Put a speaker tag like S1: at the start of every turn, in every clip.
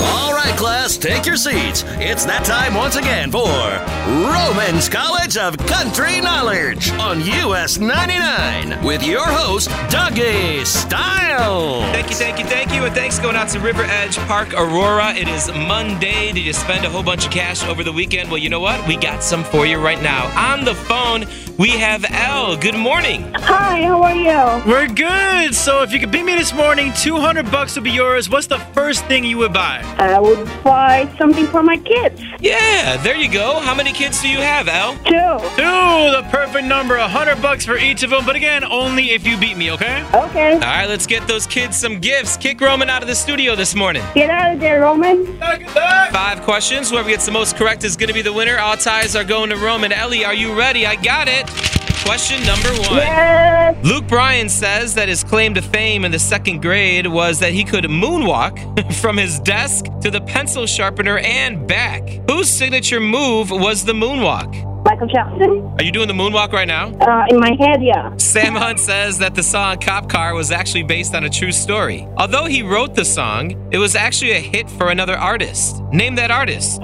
S1: All right, class, take your seats. It's that time once again for Roman's College of Country Knowledge on US 99 with your host, Dougie Style.
S2: Thank you, thank you, thank you, and thanks going out to River Edge Park Aurora. It is Monday. Did you spend a whole bunch of cash over the weekend? Well, you know what? We got some for you right now. On the phone, we have Elle. Good morning.
S3: Hi, how are you?
S4: We're good. So if you could beat me this morning, 200 bucks will be yours. What's the first thing you would buy?
S3: I would buy something for my kids.
S2: Yeah, there you go. How many kids do you have, Elle?
S3: Two.
S4: Two, the perfect number, 100 bucks for each of them. But again, only if you beat me, okay?
S3: Okay.
S2: All right, let's get those kids some gifts. Kick Roman out of the studio this morning.
S3: Get out of there, Roman.
S2: Five questions. Whoever gets the most correct is going to be the winner. All ties are going to Roman. Ellie, are you ready? I got it. Question number one.
S3: Yes.
S2: Luke Bryan says that his claim to fame in the second grade was that he could moonwalk from his desk to the pencil sharpener and back. Whose signature move was the moonwalk?
S3: Michael Jackson?
S2: Are you doing the moonwalk right now?
S3: Uh, in my head, yeah.
S2: Sam Hunt says that the song Cop Car was actually based on a true story. Although he wrote the song, it was actually a hit for another artist. Name that artist.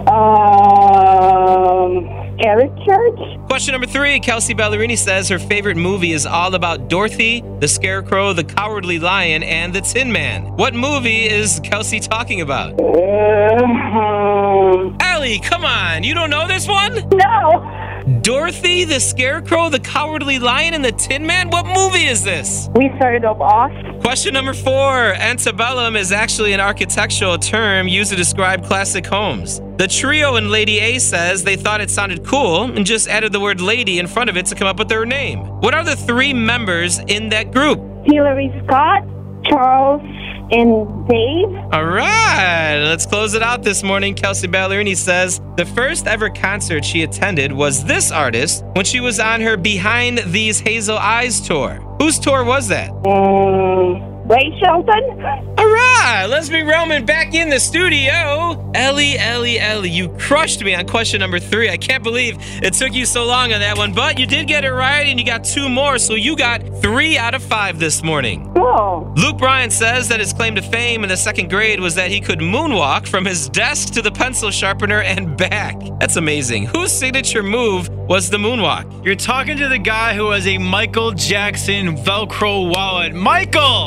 S3: Um, Eric Church?
S2: Question number three Kelsey Ballerini says her favorite movie is all about Dorothy, the Scarecrow, the Cowardly Lion, and the Tin Man. What movie is Kelsey talking about?
S3: Uh, Um,
S2: Ellie, come on, you don't know this one?
S3: no.
S2: Dorothy, the Scarecrow, the Cowardly Lion, and the Tin Man? What movie is this?
S3: Wizard of Oz?
S2: Question number four Antebellum is actually an architectural term used to describe classic homes. The trio in Lady A says they thought it sounded cool and just added the word lady in front of it to come up with their name. What are the three members in that group?
S3: Hillary Scott? Charles? And Dave?
S2: All right, let's close it out this morning. Kelsey Ballerini says the first ever concert she attended was this artist when she was on her Behind These Hazel Eyes tour. Whose tour was that?
S3: Um, Ray Shelton?
S2: All right, let's be Roman back in the studio. Ellie, Ellie, Ellie, you crushed me on question number three. I can't believe it took you so long on that one, but you did get it right and you got two more, so you got three out of five this morning.
S3: Cool.
S2: Luke Bryan says that his claim to fame in the second grade was that he could moonwalk from his desk to the pencil sharpener and back. That's amazing. Whose signature move was the moonwalk?
S4: You're talking to the guy who has a Michael Jackson Velcro wallet. Michael!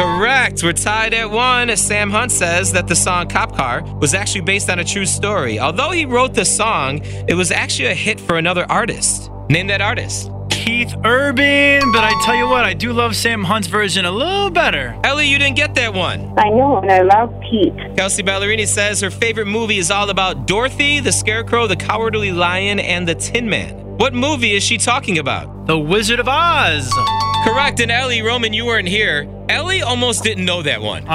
S2: Correct. We're tied at one. Sam Hunt says that the song Cop Car was actually based on a true story. Although he wrote the song, it was actually a hit for another artist. Name that artist.
S4: Keith Urban, but I tell you what, I do love Sam Hunt's version a little better.
S2: Ellie, you didn't get that one.
S3: I know, and I love Pete.
S2: Kelsey Ballerini says her favorite movie is all about Dorothy, the Scarecrow, the Cowardly Lion, and the Tin Man. What movie is she talking about?
S4: The Wizard of Oz.
S2: Correct. And Ellie, Roman, you weren't here. Ellie almost didn't know that one,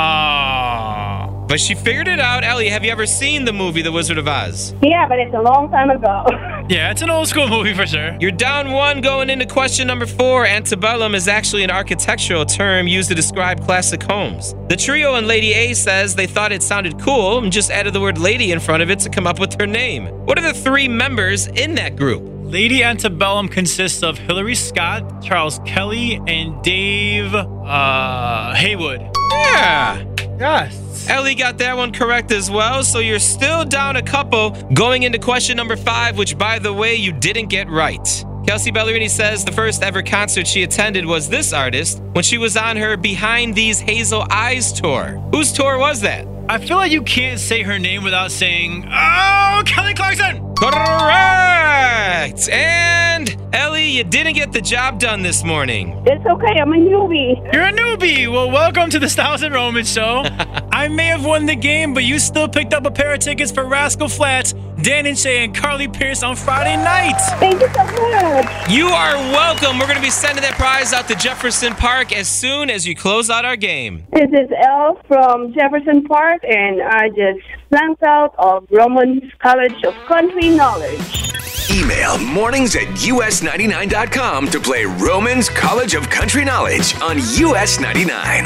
S4: Ah.
S2: but she figured it out. Ellie, have you ever seen the movie The Wizard of Oz?
S3: Yeah, but it's a long time ago.
S4: Yeah, it's an old school movie for sure.
S2: You're down one going into question number four. Antebellum is actually an architectural term used to describe classic homes. The trio in Lady A says they thought it sounded cool and just added the word lady in front of it to come up with her name. What are the three members in that group?
S4: Lady Antebellum consists of Hillary Scott, Charles Kelly, and Dave uh, Haywood.
S2: Yeah.
S4: Yes.
S2: Ellie got that one correct as well, so you're still down a couple going into question number five, which, by the way, you didn't get right. Kelsey Ballerini says the first ever concert she attended was this artist when she was on her Behind These Hazel Eyes tour. Whose tour was that?
S4: I feel like you can't say her name without saying, oh, Kelly Clarkson.
S2: Correct! And And Ellie, you didn't get the job done this morning.
S3: It's okay. I'm a newbie.
S4: You're a newbie. Well, welcome to the Styles and Roman show. I may have won the game, but you still picked up a pair of tickets for Rascal Flats, Dan and Shay, and Carly Pierce on Friday night.
S3: Thank you so much.
S2: You are welcome. We're going to be sending that prize out to Jefferson Park as soon as you close out our game.
S3: This is Elle from Jefferson Park, and I just blanked out of Roman's College of Country Knowledge.
S5: Email mornings at us99.com to play Roman's College of Country Knowledge on US 99.